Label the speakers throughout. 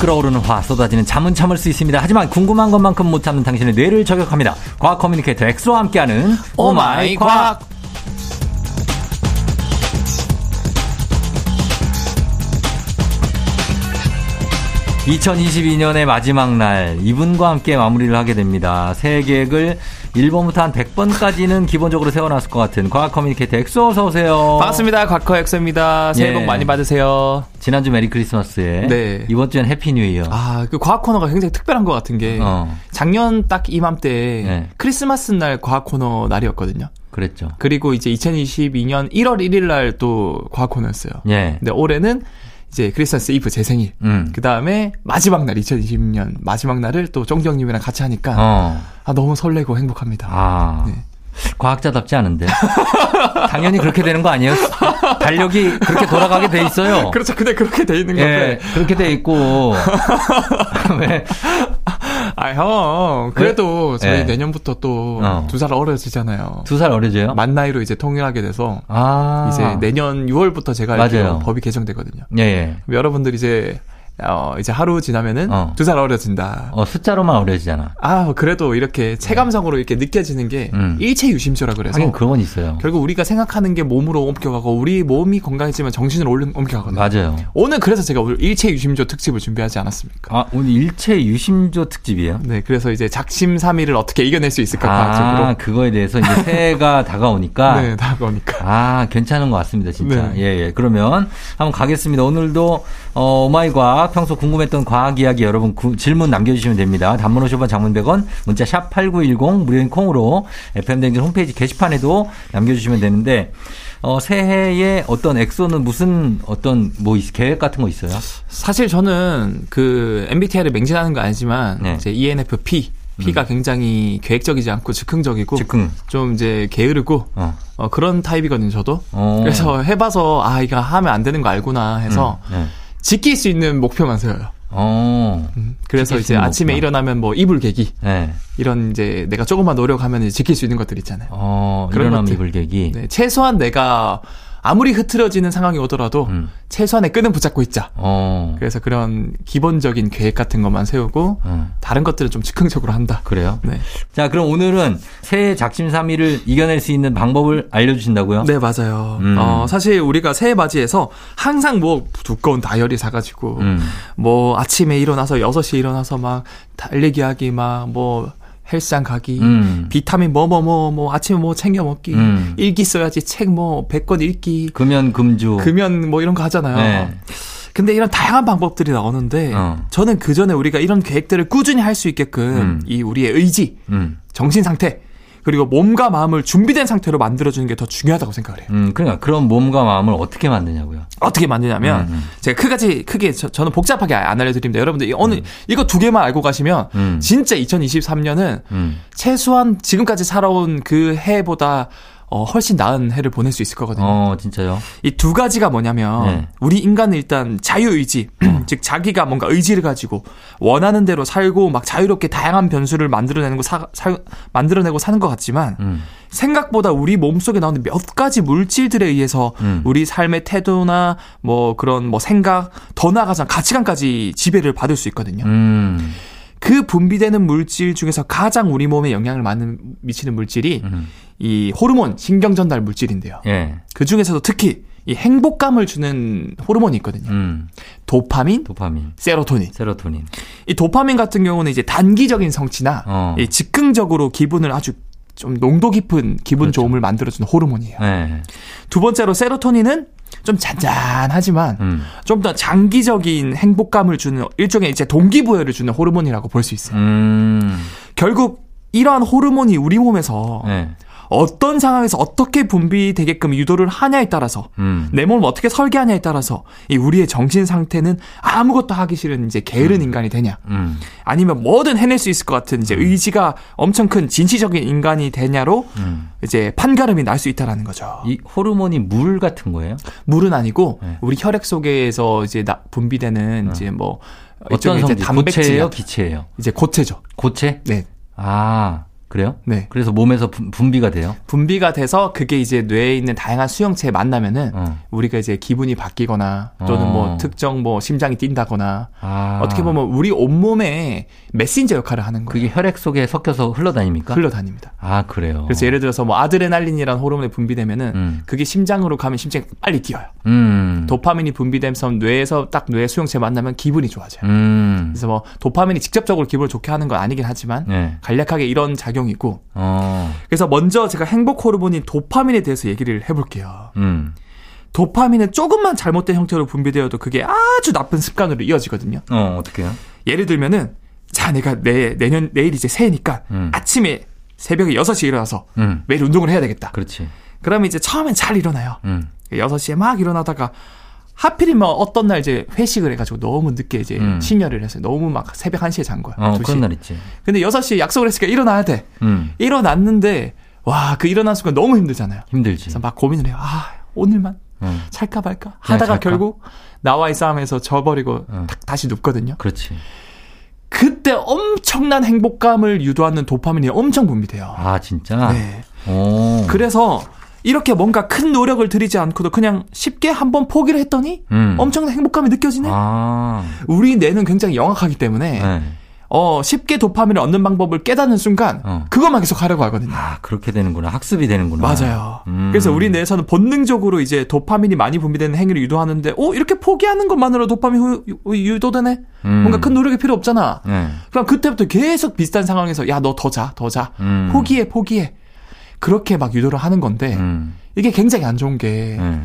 Speaker 1: 끓어오르는 화 쏟아지는 잠은 참을 수 있습니다. 하지만 궁금한 것만큼 못 참는 당신의 뇌를 저격합니다. 과학 커뮤니케이터 엑소와 함께하는 오마이 과학.
Speaker 2: 어.
Speaker 1: 과 2022년의 마지막 날 이분과 함께 마무리를 하게 됩니다. 새해 계획을 1번부터 한 100번까지는 기본적으로 세워놨을 것 같은 과학 커뮤니케이터 엑소 어서 오세요.
Speaker 2: 반갑습니다. 과커 엑소입니다. 새해
Speaker 1: 예.
Speaker 2: 복 많이 받으세요.
Speaker 1: 지난주 메리 크리스마스에
Speaker 2: 네.
Speaker 1: 이번 주엔 해피 뉴 이어.
Speaker 2: 아, 그 과학 코너가 굉장히 특별한 것 같은 게
Speaker 1: 어.
Speaker 2: 작년 딱 이맘때
Speaker 1: 네.
Speaker 2: 크리스마스 날 과학 코너 날이었거든요.
Speaker 1: 그랬죠.
Speaker 2: 그리고 이제 2022년 1월 1일 날 또 과학 코너였어요.
Speaker 1: 예.
Speaker 2: 근데 올해는 이제 크리스마스 이브 제 생일.
Speaker 1: 음.
Speaker 2: 그 다음에 마지막 날 2020년 마지막 날을 또 정정님이랑 같이 하니까
Speaker 1: 어.
Speaker 2: 아 너무 설레고 행복합니다.
Speaker 1: 아.
Speaker 2: 네.
Speaker 1: 과학자답지 않은데. 당연히 그렇게 되는 거 아니에요? 달력이 그렇게 돌아가게 돼 있어요.
Speaker 2: 그렇죠. 근데 그렇게 돼 있는 건데
Speaker 1: 예, 그렇게 돼 있고. 왜?
Speaker 2: 아, 형. 그래도 저희
Speaker 1: 예.
Speaker 2: 내년부터 또 두
Speaker 1: 어.
Speaker 2: 살 어려지잖아요.
Speaker 1: 두 살 어려져요?
Speaker 2: 만 나이로 이제 통일하게 돼서
Speaker 1: 아.
Speaker 2: 이제 내년 6월부터 제가
Speaker 1: 맞아요.
Speaker 2: 알기로 법이 개정되거든요.
Speaker 1: 예, 예.
Speaker 2: 그럼 여러분들 이제 어, 이제 하루 지나면은
Speaker 1: 어.
Speaker 2: 두 살 어려진다.
Speaker 1: 어, 숫자로만 어려지잖아.
Speaker 2: 아, 그래도 이렇게 체감상으로 이렇게 느껴지는
Speaker 1: 네.
Speaker 2: 게
Speaker 1: 음.
Speaker 2: 일체 유심조라 그래서
Speaker 1: 하긴 그건 있어요.
Speaker 2: 결국 우리가 생각하는 게 몸으로 옮겨가고 우리 몸이 건강했지만 정신을 올려- 옮겨가거든요.
Speaker 1: 맞아요.
Speaker 2: 오늘 그래서 제가 오늘 일체 유심조 특집을 준비하지 않았습니까?
Speaker 1: 아, 오늘 일체 유심조 특집이에요?
Speaker 2: 네, 그래서 이제 작심삼일을 어떻게 이겨낼 수 있을까 그 과학적으로
Speaker 1: 아, 그거에 대해서 이제 새해가 다가오니까
Speaker 2: 네, 다가오니까.
Speaker 1: 아, 괜찮은 것 같습니다, 진짜.
Speaker 2: 네.
Speaker 1: 예, 예. 그러면 한번 가겠습니다. 오늘도, 어, 오마이 과학, 평소 궁금했던 과학 이야기 여러분 구- 질문 남겨주시면 됩니다. 단문 50원 장문 100원, 문자 샵 8910, 무료인 콩으로 FM대행진 홈페이지 게시판에도 남겨주시면 되는데, 어, 새해에 어떤 엑소는 무슨 어떤 뭐 있- 계획 같은 거 있어요?
Speaker 2: 사실 저는 그 MBTI를 맹신하는 건 아니지만
Speaker 1: 네. 음.
Speaker 2: 이제 ENFP P가 굉장히 계획적이지 않고 즉흥적이고
Speaker 1: 즉흥.
Speaker 2: 좀 이제 게으르고
Speaker 1: 어.
Speaker 2: 어, 그런 타입이거든요 저도.
Speaker 1: 어.
Speaker 2: 그래서 해봐서 아 이거 하면 안 되는 거 알구나 해서
Speaker 1: 네.
Speaker 2: 지킬 수 있는 목표만 세워요.
Speaker 1: 어.
Speaker 2: 그래서
Speaker 1: 지킬 수
Speaker 2: 이제
Speaker 1: 있는
Speaker 2: 아침에
Speaker 1: 목표만.
Speaker 2: 일어나면 뭐 이불 개기
Speaker 1: 네.
Speaker 2: 이런 이제 내가 조금만 노력하면 이제 지킬 수 있는 것들 있잖아요.
Speaker 1: 어,
Speaker 2: 그런
Speaker 1: 일어남
Speaker 2: 것들.
Speaker 1: 이불 개기.
Speaker 2: 네, 최소한 내가 아무리 흐트러지는 상황이 오더라도
Speaker 1: 음.
Speaker 2: 최소한의 끈은 붙잡고 있자.
Speaker 1: 어.
Speaker 2: 그래서 그런 기본적인 계획 같은 것만 세우고
Speaker 1: 음.
Speaker 2: 다른 것들은 좀 즉흥적으로 한다.
Speaker 1: 그래요?
Speaker 2: 네.
Speaker 1: 자, 그럼 오늘은 새해 작심삼일을 이겨낼 수 있는 방법을 알려주신다고요?
Speaker 2: 네, 맞아요.
Speaker 1: 음.
Speaker 2: 어, 사실 우리가 새해 맞이해서 항상 뭐 두꺼운 다이어리 사가지고,
Speaker 1: 음.
Speaker 2: 뭐 아침에 일어나서 6시에 일어나서 막 달리기 하기, 막 뭐 헬스장 가기,
Speaker 1: 음.
Speaker 2: 비타민 뭐 뭐 뭐, 뭐 아침에 뭐 챙겨 먹기,
Speaker 1: 음.
Speaker 2: 읽기 써야지 책 뭐 100권 읽기,
Speaker 1: 금연 금주.
Speaker 2: 금연 뭐 이런 거 하잖아요.
Speaker 1: 어. 네.
Speaker 2: 근데 이런 다양한 방법들이 나오는데
Speaker 1: 어.
Speaker 2: 저는 그 전에 우리가 이런 계획들을 꾸준히 할 수 있게끔
Speaker 1: 음.
Speaker 2: 이 우리의 의지,
Speaker 1: 음.
Speaker 2: 정신 상태 그리고 몸과 마음을 준비된 상태로 만들어주는 게 더 중요하다고 생각을 해요.
Speaker 1: 음, 그러니까 그런 몸과 마음을 어떻게 만드냐고요?
Speaker 2: 어떻게 만드냐면
Speaker 1: 음, 음.
Speaker 2: 제가 크게 크게 저, 는 복잡하게 안 알려드립니다. 여러분들 이- 오늘 이거 두 개만 알고 가시면
Speaker 1: 음.
Speaker 2: 진짜 2023년은
Speaker 1: 음.
Speaker 2: 최소한 지금까지 살아온 그 해보다 어, 훨씬 나은 해를 보낼 수 있을 거거든요.
Speaker 1: 어, 진짜요?
Speaker 2: 이 두 가지가 뭐냐면
Speaker 1: 네.
Speaker 2: 우리 인간은 일단 자유의지 즉 자기가 뭔가 의지를 가지고 원하는 대로 살고 막 자유롭게 다양한 변수를 만들어내는 거 사, 사- 만들어내고 사는 것 같지만
Speaker 1: 음.
Speaker 2: 생각보다 우리 몸속에 나오는 몇 가지 물질들에 의해서
Speaker 1: 음.
Speaker 2: 우리 삶의 태도나 뭐 그런 뭐 생각 더 나아가서 가치관까지 지배를 받을 수 있거든요.
Speaker 1: 음.
Speaker 2: 그 분비되는 물질 중에서 가장 우리 몸에 영향을 많이 미치는 물질이
Speaker 1: 음.
Speaker 2: 이 호르몬 신경 전달 물질인데요.
Speaker 1: 예.
Speaker 2: 그 중에서도 특히 이 행복감을 주는 호르몬이 있거든요.
Speaker 1: 음.
Speaker 2: 도파민,
Speaker 1: 도파민,
Speaker 2: 세로토닌.
Speaker 1: 세로토닌.
Speaker 2: 이 도파민 같은 경우는 이제 단기적인 성취나
Speaker 1: 어.
Speaker 2: 이 즉흥적으로 기분을 아주 좀 농도 깊은 기분
Speaker 1: 그렇죠.
Speaker 2: 좋음을 만들어주는 호르몬이에요.
Speaker 1: 예.
Speaker 2: 두 번째로 세로토닌은 좀 잔잔하지만
Speaker 1: 음.
Speaker 2: 좀 더 장기적인 행복감을 주는 일종의 이제 동기부여를 주는 호르몬이라고 볼 수 있어요.
Speaker 1: 음.
Speaker 2: 결국 이러한 호르몬이 우리 몸에서
Speaker 1: 예.
Speaker 2: 어떤 상황에서 어떻게 분비되게끔 유도를 하냐에 따라서
Speaker 1: 음.
Speaker 2: 내 몸을 어떻게 설계하냐에 따라서 이 우리의 정신 상태는 아무것도 하기 싫은 이제 게으른 인간이 되냐
Speaker 1: 음.
Speaker 2: 아니면 뭐든 해낼 수 있을 것 같은 이제 의지가 엄청 큰 진취적인 인간이 되냐로
Speaker 1: 음.
Speaker 2: 이제 판가름이 날 수 있다라는 거죠.
Speaker 1: 이 호르몬이 물 같은 거예요?
Speaker 2: 물은 아니고
Speaker 1: 네.
Speaker 2: 우리 혈액 속에서 이제 나- 분비되는 이제 뭐
Speaker 1: 어떤
Speaker 2: 일종의
Speaker 1: 성질?
Speaker 2: 이제 단백질
Speaker 1: 고체예요,
Speaker 2: 같은-
Speaker 1: 기체예요?
Speaker 2: 이제 고체죠.
Speaker 1: 고체?
Speaker 2: 네.
Speaker 1: 아, 그래요?
Speaker 2: 네.
Speaker 1: 그래서 몸에서 분- 분비가 돼요.
Speaker 2: 분비가 돼서 그게 이제 뇌에 있는 다양한 수용체에 만나면은
Speaker 1: 어.
Speaker 2: 우리가 이제 기분이 바뀌거나 또는
Speaker 1: 어.
Speaker 2: 뭐 특정 뭐 심장이 뛴다거나
Speaker 1: 아.
Speaker 2: 어떻게 보면 뭐 우리 온몸에 메신저 역할을 하는 거예요.
Speaker 1: 그게 혈액 속에 섞여서 흘러다닙니까?
Speaker 2: 흘러다닙니다.
Speaker 1: 아 그래요.
Speaker 2: 그래서 예를 들어서 뭐 아드레날린이라는 호르몬이 분비되면은
Speaker 1: 음.
Speaker 2: 그게 심장으로 가면 심장이 빨리 뛰어요.
Speaker 1: 음.
Speaker 2: 도파민이 분비되면서 뇌에서 딱 뇌 수용체 만나면 기분이 좋아져요.
Speaker 1: 음.
Speaker 2: 그래서 뭐 도파민이 직접적으로 기분을 좋게 하는 건 아니긴 하지만
Speaker 1: 네.
Speaker 2: 간략하게 이런 작용이 있고
Speaker 1: 어.
Speaker 2: 그래서 먼저 제가 행복 호르몬인 도파민에 대해서 얘기를 해볼게요.
Speaker 1: 음.
Speaker 2: 도파민은 조금만 잘못된 형태로 분비되어도 그게 아주 나쁜 습관으로 이어지거든요.
Speaker 1: 어 어떻게요?
Speaker 2: 예를 들면은 자 내가 내 내년 내일 이제 새해니까
Speaker 1: 음.
Speaker 2: 아침에 새벽에 6시에 일어나서
Speaker 1: 음.
Speaker 2: 매일 운동을 해야 되겠다.
Speaker 1: 그렇지.
Speaker 2: 그러면 이제 처음엔 잘 일어나요.
Speaker 1: 음.
Speaker 2: 6시에 막 일어나다가 하필이면 뭐 어떤 날 이제 회식을 해가지고 너무 늦게 이제
Speaker 1: 음.
Speaker 2: 심혈을 해서 너무 막 새벽 1시에 잔 거야.
Speaker 1: 어
Speaker 2: 2시.
Speaker 1: 그런 날 있지.
Speaker 2: 근데 6시에 약속을 했으니까 일어나야 돼.
Speaker 1: 음.
Speaker 2: 일어났는데 와 그 일어난 순간 너무 힘들잖아요.
Speaker 1: 힘들지.
Speaker 2: 그래서 막 고민을 해요. 아 오늘만
Speaker 1: 음.
Speaker 2: 찰까 말까 하다가
Speaker 1: 잘까?
Speaker 2: 결국 나와의 싸움에서 져버리고
Speaker 1: 어.
Speaker 2: 탁 다시 눕거든요.
Speaker 1: 그렇지.
Speaker 2: 그때 엄청난 행복감을 유도하는 도파민이 엄청 분비돼요.
Speaker 1: 아 진짜.
Speaker 2: 네.
Speaker 1: 오.
Speaker 2: 그래서 이렇게 뭔가 큰 노력을 들이지 않고도 그냥 쉽게 한번 포기를 했더니
Speaker 1: 음.
Speaker 2: 엄청난 행복감이 느껴지네.
Speaker 1: 아.
Speaker 2: 우리 뇌는 굉장히 영악하기 때문에
Speaker 1: 네.
Speaker 2: 어 쉽게 도파민을 얻는 방법을 깨닫는 순간
Speaker 1: 어.
Speaker 2: 그것만 계속 하려고 하거든요.
Speaker 1: 아 그렇게 되는구나. 학습이 되는구나.
Speaker 2: 맞아요.
Speaker 1: 음.
Speaker 2: 그래서 우리 뇌에서는 본능적으로 이제 도파민이 많이 분비되는 행위를 유도하는데, 어, 이렇게 포기하는 것만으로 도파민 후- 유- 유도되네?
Speaker 1: 음.
Speaker 2: 뭔가 큰 노력이 필요 없잖아.
Speaker 1: 네.
Speaker 2: 그럼 그때부터 계속 비슷한 상황에서, 야, 너 더 자, 더 자.
Speaker 1: 음.
Speaker 2: 포기해, 포기해. 그렇게 막 유도를 하는 건데,
Speaker 1: 음.
Speaker 2: 이게 굉장히 안 좋은 게,
Speaker 1: 네.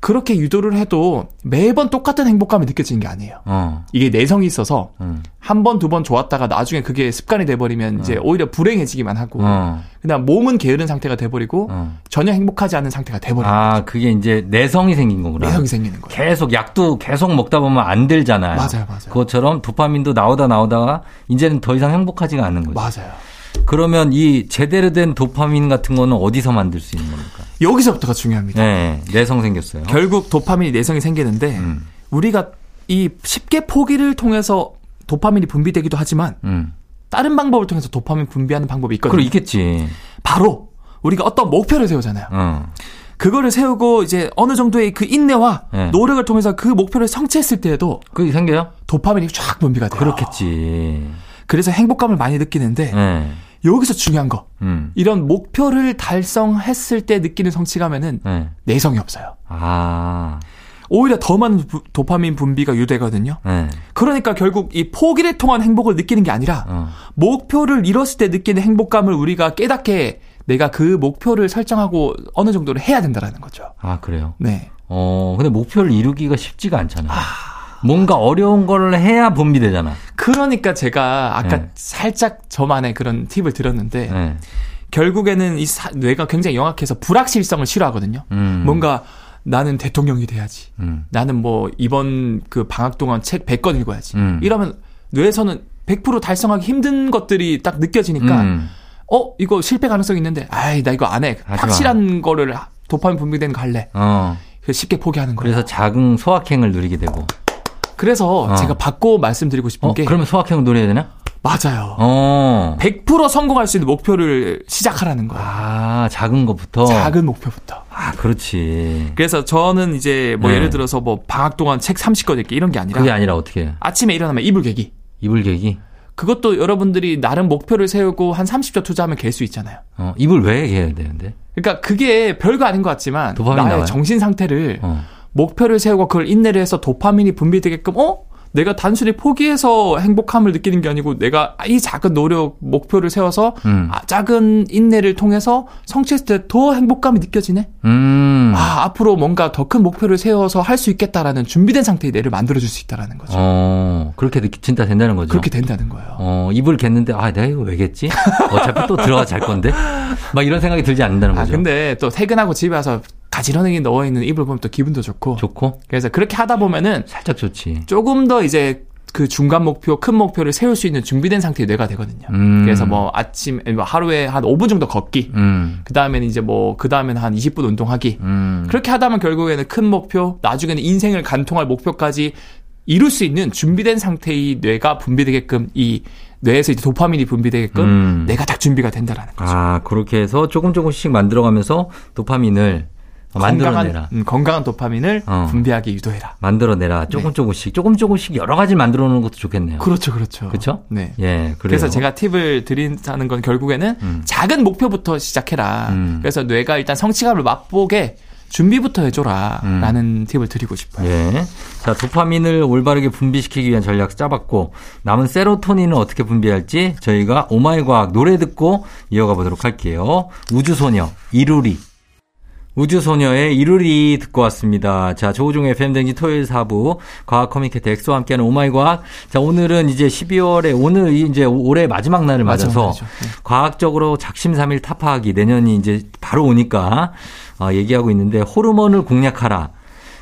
Speaker 2: 그렇게 유도를 해도 매번 똑같은 행복감이 느껴지는 게 아니에요.
Speaker 1: 어.
Speaker 2: 이게 내성이 있어서,
Speaker 1: 음.
Speaker 2: 한 번, 두 번 좋았다가 나중에 그게 습관이 돼버리면 이제 오히려 불행해지기만 하고,
Speaker 1: 어.
Speaker 2: 그냥 몸은 게으른 상태가 돼버리고,
Speaker 1: 어.
Speaker 2: 전혀 행복하지 않은 상태가 돼버려요.
Speaker 1: 아 그게 이제 내성이 생긴 거구나.
Speaker 2: 내성이 생기는 거예요.
Speaker 1: 계속 약도 계속 먹다 보면 안 들잖아요.
Speaker 2: 맞아요, 맞아요.
Speaker 1: 그것처럼 도파민도 나오다 나오다가 이제는 더 이상 행복하지가 않은 거죠.
Speaker 2: 맞아요.
Speaker 1: 그러면 이 제대로 된 도파민 같은 거는 어디서 만들 수 있는 겁니까?
Speaker 2: 여기서부터가 중요합니다.
Speaker 1: 네, 내성 생겼어요.
Speaker 2: 결국 도파민이 내성이 생기는데
Speaker 1: 음.
Speaker 2: 우리가 이 쉽게 포기를 통해서 도파민이 분비되기도 하지만
Speaker 1: 음.
Speaker 2: 다른 방법을 통해서 도파민 분비하는 방법이 있거든요.
Speaker 1: 그럼 있겠지.
Speaker 2: 바로 우리가 어떤 목표를 세우잖아요.
Speaker 1: 어.
Speaker 2: 그거를 세우고 이제 어느 정도의 그 인내와
Speaker 1: 네.
Speaker 2: 노력을 통해서 그 목표를 성취했을 때에도
Speaker 1: 그게 생겨요?
Speaker 2: 도파민이 쫙 분비가 돼요.
Speaker 1: 그렇겠지.
Speaker 2: 그래서 행복감을 많이 느끼는데
Speaker 1: 네.
Speaker 2: 여기서 중요한 거
Speaker 1: 음.
Speaker 2: 이런 목표를 달성했을 때 느끼는 성취감에는
Speaker 1: 네.
Speaker 2: 내성이 없어요.
Speaker 1: 아.
Speaker 2: 오히려 더 많은 부- 도파민 분비가 유되거든요.
Speaker 1: 네.
Speaker 2: 그러니까 결국 이 포기를 통한 행복을 느끼는 게 아니라
Speaker 1: 어.
Speaker 2: 목표를 이뤘을 때 느끼는 행복감을 우리가 깨닫게 내가 그 목표를 설정하고 어느 정도로 해야 된다라는 거죠.
Speaker 1: 아, 그래요.
Speaker 2: 네.
Speaker 1: 어, 근데 목표를 이루기가 쉽지가 않잖아요. 뭔가 어려운 걸 해야 봄이 되잖아.
Speaker 2: 그러니까 제가 아까
Speaker 1: 네.
Speaker 2: 살짝 저만의 그런 팁을 드렸는데
Speaker 1: 네.
Speaker 2: 결국에는 이 사- 뇌가 굉장히 영악해서 불확실성을 싫어하거든요.
Speaker 1: 음.
Speaker 2: 뭔가 나는 대통령이 돼야지.
Speaker 1: 음.
Speaker 2: 나는 뭐 이번 그 방학 동안 책 100권 읽어야지.
Speaker 1: 음.
Speaker 2: 이러면 뇌에서는 100% 달성하기 힘든 것들이 딱 느껴지니까
Speaker 1: 음.
Speaker 2: 어 이거 실패 가능성이 있는데 아이 나 이거 안 해.
Speaker 1: 마.
Speaker 2: 확실한 거를 하- 도파민 분비되는 거 할래.
Speaker 1: 어.
Speaker 2: 그래서 쉽게 포기하는 거예요.
Speaker 1: 그래서 작은 소확행을 누리게 되고.
Speaker 2: 그래서
Speaker 1: 어.
Speaker 2: 제가 바꿔 말씀드리고 싶은
Speaker 1: 어,
Speaker 2: 게
Speaker 1: 그러면 소확행을 누려야 되나?
Speaker 2: 맞아요.
Speaker 1: 어.
Speaker 2: 100% 성공할 수 있는 목표를 시작하라는 거예요.
Speaker 1: 아, 작은 것부터.
Speaker 2: 작은 목표부터.
Speaker 1: 아, 그렇지.
Speaker 2: 어. 그래서 저는 이제 뭐
Speaker 1: 네.
Speaker 2: 예를 들어서 뭐 방학 동안 책 30권 읽기 이런 게 아니라
Speaker 1: 그게 아니라 어떻게 해요?
Speaker 2: 아침에 일어나면 이불 개기.
Speaker 1: 이불 개기?
Speaker 2: 그것도 여러분들이 나름 목표를 세우고 한 30초 투자하면 갤 수 있잖아요.
Speaker 1: 어, 이불 왜 해야 되는데?
Speaker 2: 그러니까 그게 별거 아닌 것 같지만
Speaker 1: 도파민
Speaker 2: 나의
Speaker 1: 나와요?
Speaker 2: 정신 상태를
Speaker 1: 어.
Speaker 2: 목표를 세우고 그걸 인내를 해서 도파민이 분비되게끔 어? 내가 단순히 포기해서 행복함을 느끼는 게 아니고 내가 이 작은 노력 목표를 세워서
Speaker 1: 음.
Speaker 2: 아, 작은 인내를 통해서 성취했을 때 더 행복감이 느껴지네.
Speaker 1: 음.
Speaker 2: 아 앞으로 뭔가 더 큰 목표를 세워서 할 수 있겠다라는 준비된 상태의 뇌를 만들어줄 수 있다라는 거죠.
Speaker 1: 어, 그렇게 느끼, 진짜 된다는 거죠.
Speaker 2: 그렇게 된다는 거예요.
Speaker 1: 어, 이불 겠는데, 아, 내가 이거 왜 겠지? 어차피 또 들어가 잘 건데? 막 이런 생각이 들지 않는다는
Speaker 2: 아
Speaker 1: 거죠.
Speaker 2: 근데 또 퇴근하고 집에 와서 가지런히 넣어 있는 이불 보면 또 기분도 좋고.
Speaker 1: 좋고,
Speaker 2: 그래서 그렇게 하다 보면은
Speaker 1: 살짝 좋지.
Speaker 2: 조금 더 이제 그 중간 목표, 큰 목표를 세울 수 있는 준비된 상태의 뇌가 되거든요.
Speaker 1: 음.
Speaker 2: 그래서 뭐 아침, 뭐 하루에 한 5분 정도 걷기.
Speaker 1: 음,
Speaker 2: 그 다음에는 이제 뭐, 그 다음에는 한 20분 운동하기.
Speaker 1: 음.
Speaker 2: 그렇게 하다 보면 결국에는 큰 목표, 나중에는 인생을 관통할 목표까지 이룰 수 있는 준비된 상태의 뇌가 분비되게끔 이 뇌에서 이제 도파민이 분비되게끔
Speaker 1: 음.
Speaker 2: 내가 다 준비가 된다라는 거죠.
Speaker 1: 아, 그렇게 해서 조금 조금씩 만들어가면서 도파민을 만들어내라.
Speaker 2: 건강한, 음, 건강한 도파민을
Speaker 1: 어.
Speaker 2: 분비하게 유도해라.
Speaker 1: 만들어내라. 조금 조금씩, 조금 조금씩 여러 가지 만들어 놓는 것도 좋겠네요.
Speaker 2: 그렇죠, 그렇죠.
Speaker 1: 그렇죠?
Speaker 2: 네.
Speaker 1: 예, 그래요.
Speaker 2: 그래서 제가 팁을 드린다는 건 결국에는
Speaker 1: 음.
Speaker 2: 작은 목표부터 시작해라.
Speaker 1: 음.
Speaker 2: 그래서 뇌가 일단 성취감을 맛보게 준비부터 해줘라.
Speaker 1: 음.
Speaker 2: 라는 팁을 드리고 싶어요.
Speaker 1: 예. 자, 도파민을 올바르게 분비시키기 위한 전략 짜봤고 남은 세로토닌은 어떻게 분비할지 저희가 오마이 과학 노래 듣고 이어가 보도록 할게요. 우주소녀 이루리. 우주소녀의 이루리 듣고 왔습니다. 자, 조우종의 FM댕지 토요일 4부, 과학 커뮤니케이터 엑소와 함께하는 오마이 과학. 자, 오늘은 이제 12월에, 오늘 이제 올해 마지막 네. 날을 맞아서
Speaker 2: 마지막 날이죠.
Speaker 1: 과학적으로 작심삼일 타파하기 내년이 이제 바로 오니까 아, 얘기하고 있는데 호르몬을 공략하라.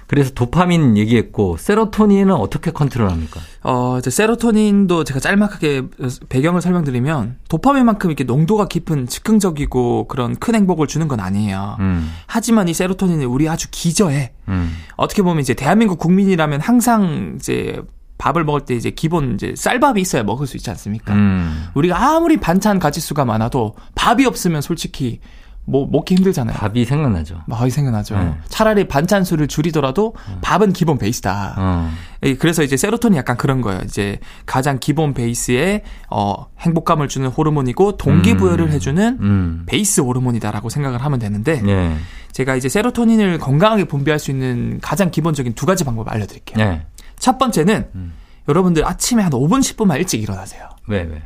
Speaker 1: 그래서 도파민 얘기했고 세로토닌은 어떻게 컨트롤합니까?
Speaker 2: 어, 이제 세로토닌도 제가 짤막하게 배경을 설명드리면 도파민만큼 이렇게 농도가 깊은 즉흥적이고 그런 큰 행복을 주는 건 아니에요.
Speaker 1: 음,
Speaker 2: 하지만 이 세로토닌은 우리 아주 기저에
Speaker 1: 음,
Speaker 2: 어떻게 보면 이제 대한민국 국민이라면 항상 이제 밥을 먹을 때 이제 기본 이제 쌀밥이 있어야 먹을 수 있지 않습니까?
Speaker 1: 음.
Speaker 2: 우리가 아무리 반찬 가짓수가 많아도 밥이 없으면 솔직히 뭐 먹기 힘들잖아요.
Speaker 1: 그러니까 밥이 생각나죠.
Speaker 2: 많이 생각나죠.
Speaker 1: 네. 음.
Speaker 2: 차라리 반찬 수를 줄이더라도 밥은 기본 베이스다.
Speaker 1: 어,
Speaker 2: 예, 그래서 이제 세로토닌 약간 그런 거예요. 이제 가장 기본 베이스에 어 행복감을 주는 호르몬이고 동기부여를
Speaker 1: 음.
Speaker 2: 해주는
Speaker 1: 음,
Speaker 2: 베이스 호르몬이다라고 생각을 하면 되는데
Speaker 1: 예,
Speaker 2: 제가 이제 세로토닌을 건강하게 분비할 수 있는 가장 기본적인 두 가지 방법 알려드릴게요.
Speaker 1: 예.
Speaker 2: 첫 번째는
Speaker 1: 음.
Speaker 2: 여러분들 아침에 한 5분 10분만 일찍 일어나세요.
Speaker 1: 왜 왜?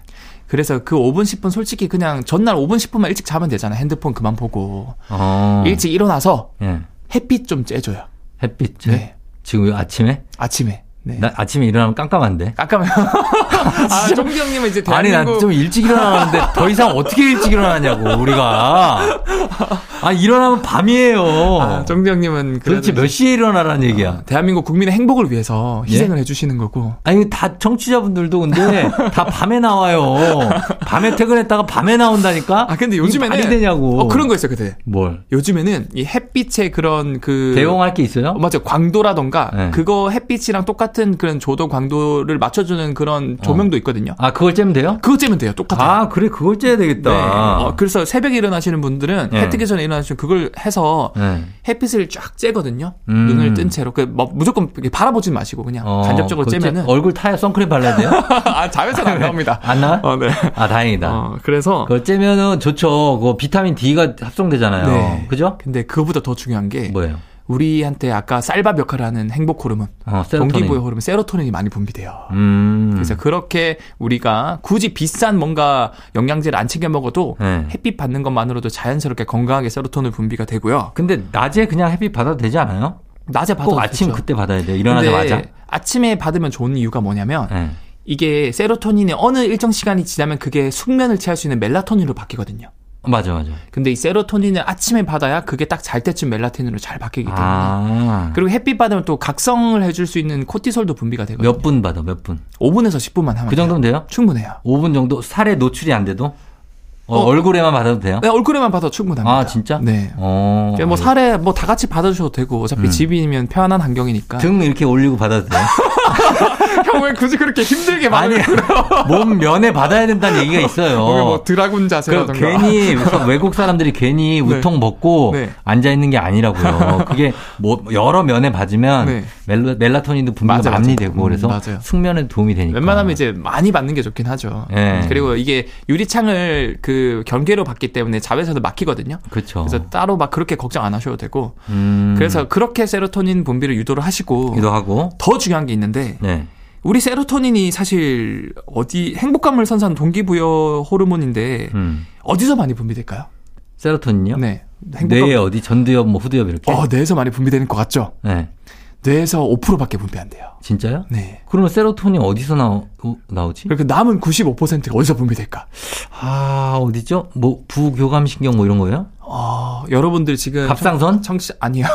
Speaker 2: 그래서 그 5분 10분 솔직히 그냥 전날 5분 10분만 일찍 자면 되잖아요. 핸드폰 그만 보고
Speaker 1: 어,
Speaker 2: 일찍 일어나서
Speaker 1: 예.
Speaker 2: 햇빛 좀 쬐줘요.
Speaker 1: 햇빛 좀.
Speaker 2: 네.
Speaker 1: 지금 아침에
Speaker 2: 아침에. 네.
Speaker 1: 나 아침에 일어나면 깜깜한데.
Speaker 2: 깜깜해요. 아, 종기 형님은 이제
Speaker 1: 아니
Speaker 2: 대한민국
Speaker 1: 난 좀 일찍 일어나는데 더 이상 어떻게 일찍 일어나냐고 우리가. 아 일어나면 밤이에요.
Speaker 2: 아, 정대 형님은
Speaker 1: 도대체
Speaker 2: 그렇지
Speaker 1: 몇 시에 일어나라는 얘기야?
Speaker 2: 대한민국 국민의 행복을 위해서
Speaker 1: 뭐. 예?
Speaker 2: 희생을 해주시는 거고
Speaker 1: 아니 다 청취자분들도 근데 다 밤에 나와요. 밤에 퇴근했다가 밤에 나온다니까.
Speaker 2: 아 근데
Speaker 1: 이게
Speaker 2: 요즘에는
Speaker 1: 말이 되냐고.
Speaker 2: 어, 그런 거 있어요 그때
Speaker 1: 뭘
Speaker 2: 요즘에는 이 햇빛의 그런 그
Speaker 1: 대용할 게 있어요?
Speaker 2: 어, 맞아 광도라던가
Speaker 1: 네.
Speaker 2: 그거 햇빛이랑 똑같은 그런 조도 광도를 맞춰주는 그런 조명도 있거든요
Speaker 1: 아 그걸 째면 돼요?
Speaker 2: 그거 째면 돼요 똑같아요
Speaker 1: 아 그래 그걸 째야 되겠다.
Speaker 2: 네. 어, 그래서 새벽에 일어나시는 분들은
Speaker 1: 아. 예.
Speaker 2: 해 뜨기 전에 일어나시면 그걸 해서
Speaker 1: 네.
Speaker 2: 햇빛을 쫙 째거든요.
Speaker 1: 음.
Speaker 2: 눈을 뜬 채로. 그, 뭐, 무조건 이렇게 바라보진 마시고, 그냥.
Speaker 1: 어,
Speaker 2: 간접적으로
Speaker 1: 그걸 째-
Speaker 2: 째면은.
Speaker 1: 얼굴 타야 선크림 발라야 돼요?
Speaker 2: 아, 자외선 안 나옵니다.
Speaker 1: 안 나?
Speaker 2: 어, 네.
Speaker 1: 아 다행이다.
Speaker 2: 어, 그래서.
Speaker 1: 그걸 째면은 좋죠. 그 비타민 D가 합성되잖아요.
Speaker 2: 네.
Speaker 1: 그죠?
Speaker 2: 근데 그거보다 더 중요한 게.
Speaker 1: 뭐예요?
Speaker 2: 우리한테 아까 쌀밥 역할을 하는 행복 호르몬.
Speaker 1: 어, 세로토닌.
Speaker 2: 동기부여 호르몬, 세로토닌이 많이 분비돼요.
Speaker 1: 음.
Speaker 2: 그래서 그렇게 우리가 굳이 비싼 뭔가 영양제를 안 챙겨 먹어도
Speaker 1: 네.
Speaker 2: 햇빛 받는 것만으로도 자연스럽게 건강하게 세로토닌 분비가 되고요.
Speaker 1: 근데 낮에 그냥 햇빛 받아도 되지 않아요?
Speaker 2: 낮에 받아도
Speaker 1: 꼭 아침
Speaker 2: 좋죠.
Speaker 1: 그때 받아야 돼요.
Speaker 2: 근데
Speaker 1: 일어나자마자.
Speaker 2: 아침에 받으면 좋은 이유가 뭐냐면
Speaker 1: 예.
Speaker 2: 이게 세로토닌의 어느 일정 시간이 지나면 그게 숙면을 취할 수 있는 멜라토닌으로 바뀌거든요.
Speaker 1: 어, 맞아 맞아.
Speaker 2: 근데 이 세로토닌을 아침에 받아야 그게 딱 잘 때쯤 멜라토닌으로 잘 바뀌기 때문에
Speaker 1: 아.
Speaker 2: 그리고 햇빛 받으면 또 각성을 해줄 수 있는 코티솔도 분비가 되거든요.
Speaker 1: 몇 분 받아? 몇 분?
Speaker 2: 5분에서 10분만 하면
Speaker 1: 그 정도면 돼요?
Speaker 2: 돼요. 충분해요.
Speaker 1: 5분 정도 살에 노출이 안 돼도 어,
Speaker 2: 어.
Speaker 1: 얼굴에만 받아도 돼요?
Speaker 2: 네, 얼굴에만 받아 충분합니다.
Speaker 1: 아 진짜?
Speaker 2: 네.
Speaker 1: 어. 음.
Speaker 2: 뭐 살에 뭐 다 같이 받아주셔도 되고 어차피 집이면 편안한 환경이니까.
Speaker 1: 등 이렇게 올리고 받아도 돼요?
Speaker 2: 형 왜 굳이 그렇게 힘들게
Speaker 1: 아니 몸 면에 받아야 된다는 얘기가 있어요.
Speaker 2: 뭐 드라군
Speaker 1: 그 괜히 그래서 외국 사람들이 괜히 우통 벗고
Speaker 2: 아, 네.
Speaker 1: 앉아 있는 게 아니라고요. 그게 뭐 여러 면에 받으면
Speaker 2: 네.
Speaker 1: 멜로, 멜라토닌도 분비가
Speaker 2: 맞아, 맞아.
Speaker 1: 많이 되고
Speaker 2: 음,
Speaker 1: 그래서
Speaker 2: 맞아요.
Speaker 1: 숙면에 도움이 되니까.
Speaker 2: 웬만하면 이제 많이 받는 게 좋긴 하죠.
Speaker 1: 그러니까. 예.
Speaker 2: 그리고 이게 유리창을 그 경계로 받기 때문에 자외선도 막히거든요.
Speaker 1: 그렇죠.
Speaker 2: 그래서 따로 막 그렇게 걱정 안 하셔도 되고.
Speaker 1: 음,
Speaker 2: 그래서 그렇게 세로토닌 분비를 유도를 하시고
Speaker 1: 기도하고
Speaker 2: 더 중요한 게 있는데
Speaker 1: 네.
Speaker 2: 우리 세로토닌이 사실 어디 행복감을 선사하는 동기부여 호르몬인데
Speaker 1: 음.
Speaker 2: 어디서 많이 분비될까요?
Speaker 1: 세로토닌요?
Speaker 2: 그 네.
Speaker 1: 뇌에 어디 전두엽 뭐 후두엽 이렇게?
Speaker 2: 어, 뇌에서 많이 분비되는 것 같죠?
Speaker 1: 네.
Speaker 2: 뇌에서 5%밖에 분비 안 돼요.
Speaker 1: 진짜요?
Speaker 2: 네.
Speaker 1: 그러면 세로토닌 어디서 나오, 나오지?
Speaker 2: 그렇게 남은 95%가 어디서 분비될까?
Speaker 1: 아 어디죠? 뭐 부교감신경 뭐 이런 거예요? 아,
Speaker 2: 어, 여러분들 지금
Speaker 1: 갑상선?
Speaker 2: 청취 아니요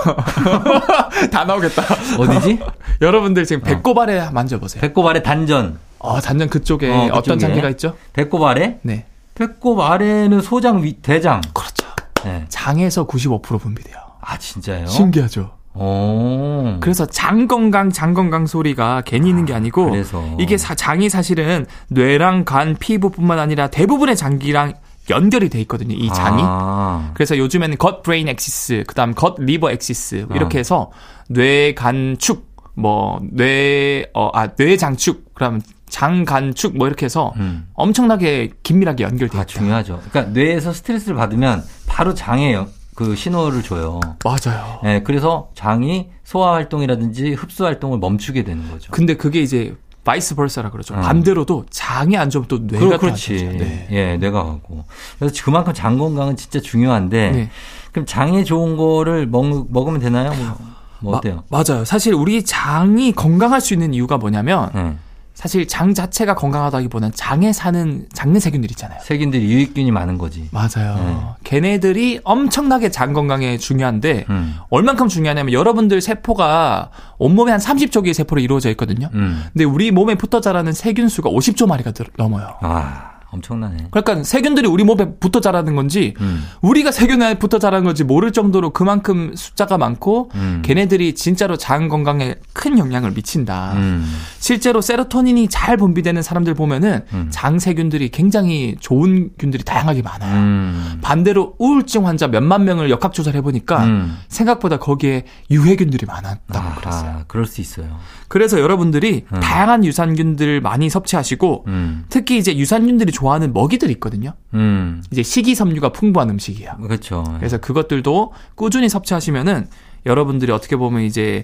Speaker 2: 다 나오겠다.
Speaker 1: 어디지?
Speaker 2: 여러분들 지금 배꼽 아래 만져보세요.
Speaker 1: 배꼽 아래 단전.
Speaker 2: 어 단전 그쪽에
Speaker 1: 어,
Speaker 2: 어, 떤
Speaker 1: 그쪽에.
Speaker 2: 장기가 있죠?
Speaker 1: 배꼽 아래?
Speaker 2: 네
Speaker 1: 배꼽 아래는 소장 위 대장.
Speaker 2: 그렇죠.
Speaker 1: 네.
Speaker 2: 장에서 95% 분비돼요.
Speaker 1: 아 진짜요?
Speaker 2: 신기하죠.
Speaker 1: 어. 오.
Speaker 2: 그래서 장 건강 장 건강 소리가 괜히 있는 게 아니고
Speaker 1: 그래서.
Speaker 2: 이게 사- 장이 사실은 뇌랑 간 피부뿐만 아니라 대부분의 장기랑 연결이 돼 있거든요. 이 장이.
Speaker 1: 아.
Speaker 2: 그래서 요즘에는 겉 브레인 엑시스, 그다음 겉 리버 엑시스 이렇게
Speaker 1: 아.
Speaker 2: 해서 뇌간축 뭐 뭐뇌어아 뇌장축 그다음 장간축 뭐 이렇게 해서
Speaker 1: 음.
Speaker 2: 엄청나게 긴밀하게 연결돼
Speaker 1: 아,
Speaker 2: 있다.
Speaker 1: 중요하죠. 그러니까 뇌에서 스트레스를 받으면 바로 장에 여- 그 신호를 줘요.
Speaker 2: 맞아요.
Speaker 1: 예, 그래서 장이 소화 활동이라든지 흡수 활동을 멈추게 되는 거죠.
Speaker 2: 근데 그게 이제 바이스 벌사라 그러죠.
Speaker 1: 음.
Speaker 2: 반대로도 장이 안 좋으면 또 뇌가
Speaker 1: 그러-
Speaker 2: 또안
Speaker 1: 그렇지.
Speaker 2: 좋죠. 네.
Speaker 1: 예, 뇌가 가고. 그래서 그만큼 장 건강은 진짜 중요한데
Speaker 2: 네.
Speaker 1: 그럼 장에 좋은 거를 먹, 먹으면 되나요? 뭐, 뭐
Speaker 2: 마-
Speaker 1: 어때요?
Speaker 2: 맞아요. 사실 우리 장이 건강할 수 있는 이유가 뭐냐면
Speaker 1: 예.
Speaker 2: 사실 장 자체가 건강하다기보다는 장에 사는 장내 세균들 있잖아요.
Speaker 1: 세균들이 유익균이 많은 거지.
Speaker 2: 맞아요. 걔네들이 엄청나게 장 건강에 중요한데
Speaker 1: 음.
Speaker 2: 얼만큼 중요하냐면 여러분들 세포가 온몸에 한 30조 개의 세포로 이루어져 있거든요.
Speaker 1: 음.
Speaker 2: 근데 우리 몸에 붙어 자라는 세균 수가 50조 마리가 들- 넘어요.
Speaker 1: 아, 엄청나네.
Speaker 2: 그러니까 세균들이 우리 몸에 붙어 자라는 건지
Speaker 1: 음.
Speaker 2: 우리가 세균에 붙어 자라는 건지 모를 정도로 그만큼 숫자가 많고
Speaker 1: 음.
Speaker 2: 걔네들이 진짜로 장 건강에 큰 영향을 미친다.
Speaker 1: 음.
Speaker 2: 실제로 세로토닌이 잘 분비되는 사람들 보면은
Speaker 1: 음.
Speaker 2: 장 세균들이 굉장히 좋은 균들이 다양하게 많아요.
Speaker 1: 음.
Speaker 2: 반대로 우울증 환자 몇만 명을 역학 조사를 해보니까
Speaker 1: 음.
Speaker 2: 생각보다 거기에 유해균들이 많았다고
Speaker 1: 아,
Speaker 2: 그랬어요.
Speaker 1: 그럴 수 있어요.
Speaker 2: 그래서 여러분들이
Speaker 1: 음.
Speaker 2: 다양한 유산균들을 많이 섭취하시고
Speaker 1: 음.
Speaker 2: 특히 이제 유산균들이 좋아하는 먹이들이 있거든요.
Speaker 1: 음.
Speaker 2: 이제 식이섬유가 풍부한 음식이에요.
Speaker 1: 그렇죠.
Speaker 2: 그래서 그것들도 꾸준히 섭취하시면은 여러분들이 어떻게 보면 이제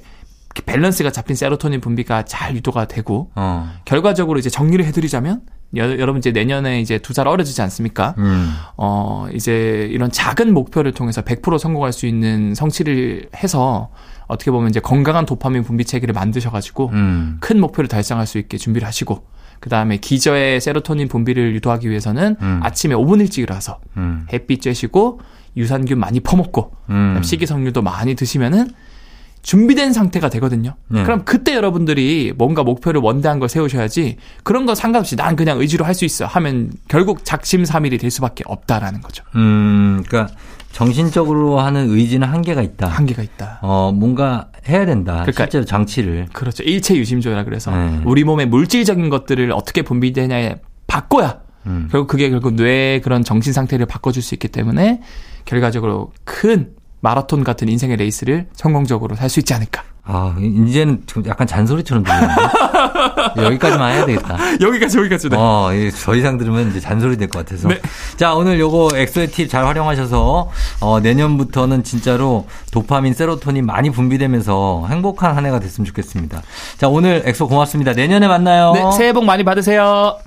Speaker 2: 밸런스가 잡힌 세로토닌 분비가 잘 유도가 되고
Speaker 1: 어.
Speaker 2: 결과적으로 이제 정리를 해드리자면 여, 여러분 이제 내년에 이제 두 살 어려지지 않습니까?
Speaker 1: 음.
Speaker 2: 어 이제 이런 작은 목표를 통해서 100% 성공할 수 있는 성취를 해서 어떻게 보면 이제 건강한 도파민 분비 체계를 만드셔가지고
Speaker 1: 음.
Speaker 2: 큰 목표를 달성할 수 있게 준비를 하시고 그 다음에 기저의 세로토닌 분비를 유도하기 위해서는
Speaker 1: 음.
Speaker 2: 아침에 5분 일찍 일어나서
Speaker 1: 음.
Speaker 2: 햇빛 쬐시고 유산균 많이 퍼먹고
Speaker 1: 음.
Speaker 2: 그다음 식이섬유도 많이 드시면은 준비된 상태가 되거든요.
Speaker 1: 네.
Speaker 2: 그럼 그때 여러분들이 뭔가 목표를 원대한 걸 세우셔야지 그런 거 상관없이 난 그냥 의지로 할 수 있어 하면 결국 작심삼일이 될 수밖에 없다라는 거죠.
Speaker 1: 음, 그러니까 정신적으로 하는 의지는 한계가 있다.
Speaker 2: 한계가 있다.
Speaker 1: 어, 뭔가 해야 된다.
Speaker 2: 그러니까-
Speaker 1: 실제로 장치를.
Speaker 2: 그렇죠. 일체 유심조라 그래서
Speaker 1: 네.
Speaker 2: 우리 몸의 물질적인 것들을 어떻게 분비되냐에 바꿔야
Speaker 1: 음.
Speaker 2: 결국 그게 결국 뇌의 그런 정신 상태를 바꿔줄 수 있기 때문에 결과적으로 큰 마라톤 같은 인생의 레이스를 성공적으로 살 수 있지 않을까.
Speaker 1: 아, 이제는 좀 약간 잔소리처럼 들리는데. 여기까지만 해야 되겠다.
Speaker 2: 여기까지 여기까지. 네.
Speaker 1: 어, 예, 더 이상 들으면 이제 잔소리 될 것 같아서.
Speaker 2: 네.
Speaker 1: 자, 오늘 요거 엑소의 팁 잘 활용하셔서, 어, 내년부터는 진짜로 도파민, 세로토닌 많이 분비되면서 행복한 한 해가 됐으면 좋겠습니다. 자, 오늘 엑소 고맙습니다. 내년에 만나요.
Speaker 2: 네, 새해 복 많이 받으세요.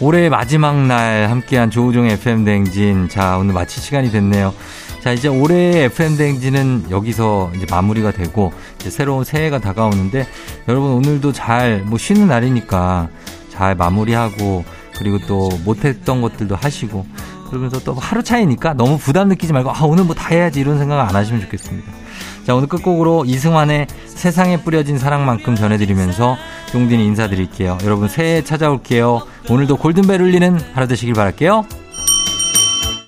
Speaker 1: 올해의 마지막 날 함께한 조우종의 FM 대행진. 자, 오늘 마칠 시간이 됐네요. 자, 이제 올해의 FM 대행진은 여기서 이제 마무리가 되고, 이제 새로운 새해가 다가오는데, 여러분 오늘도 잘, 뭐 쉬는 날이니까 잘 마무리하고, 그리고 또 못했던 것들도 하시고, 그러면서 또 하루 차이니까 너무 부담 느끼지 말고, 아, 오늘 뭐 다 해야지 이런 생각 안 하시면 좋겠습니다. 자, 오늘 끝곡으로 이승환의 세상에 뿌려진 사랑만큼 전해드리면서 용딘이 인사드릴게요. 여러분 새해 찾아올게요. 오늘도 골든벨 울리는 하루 되시길 바랄게요.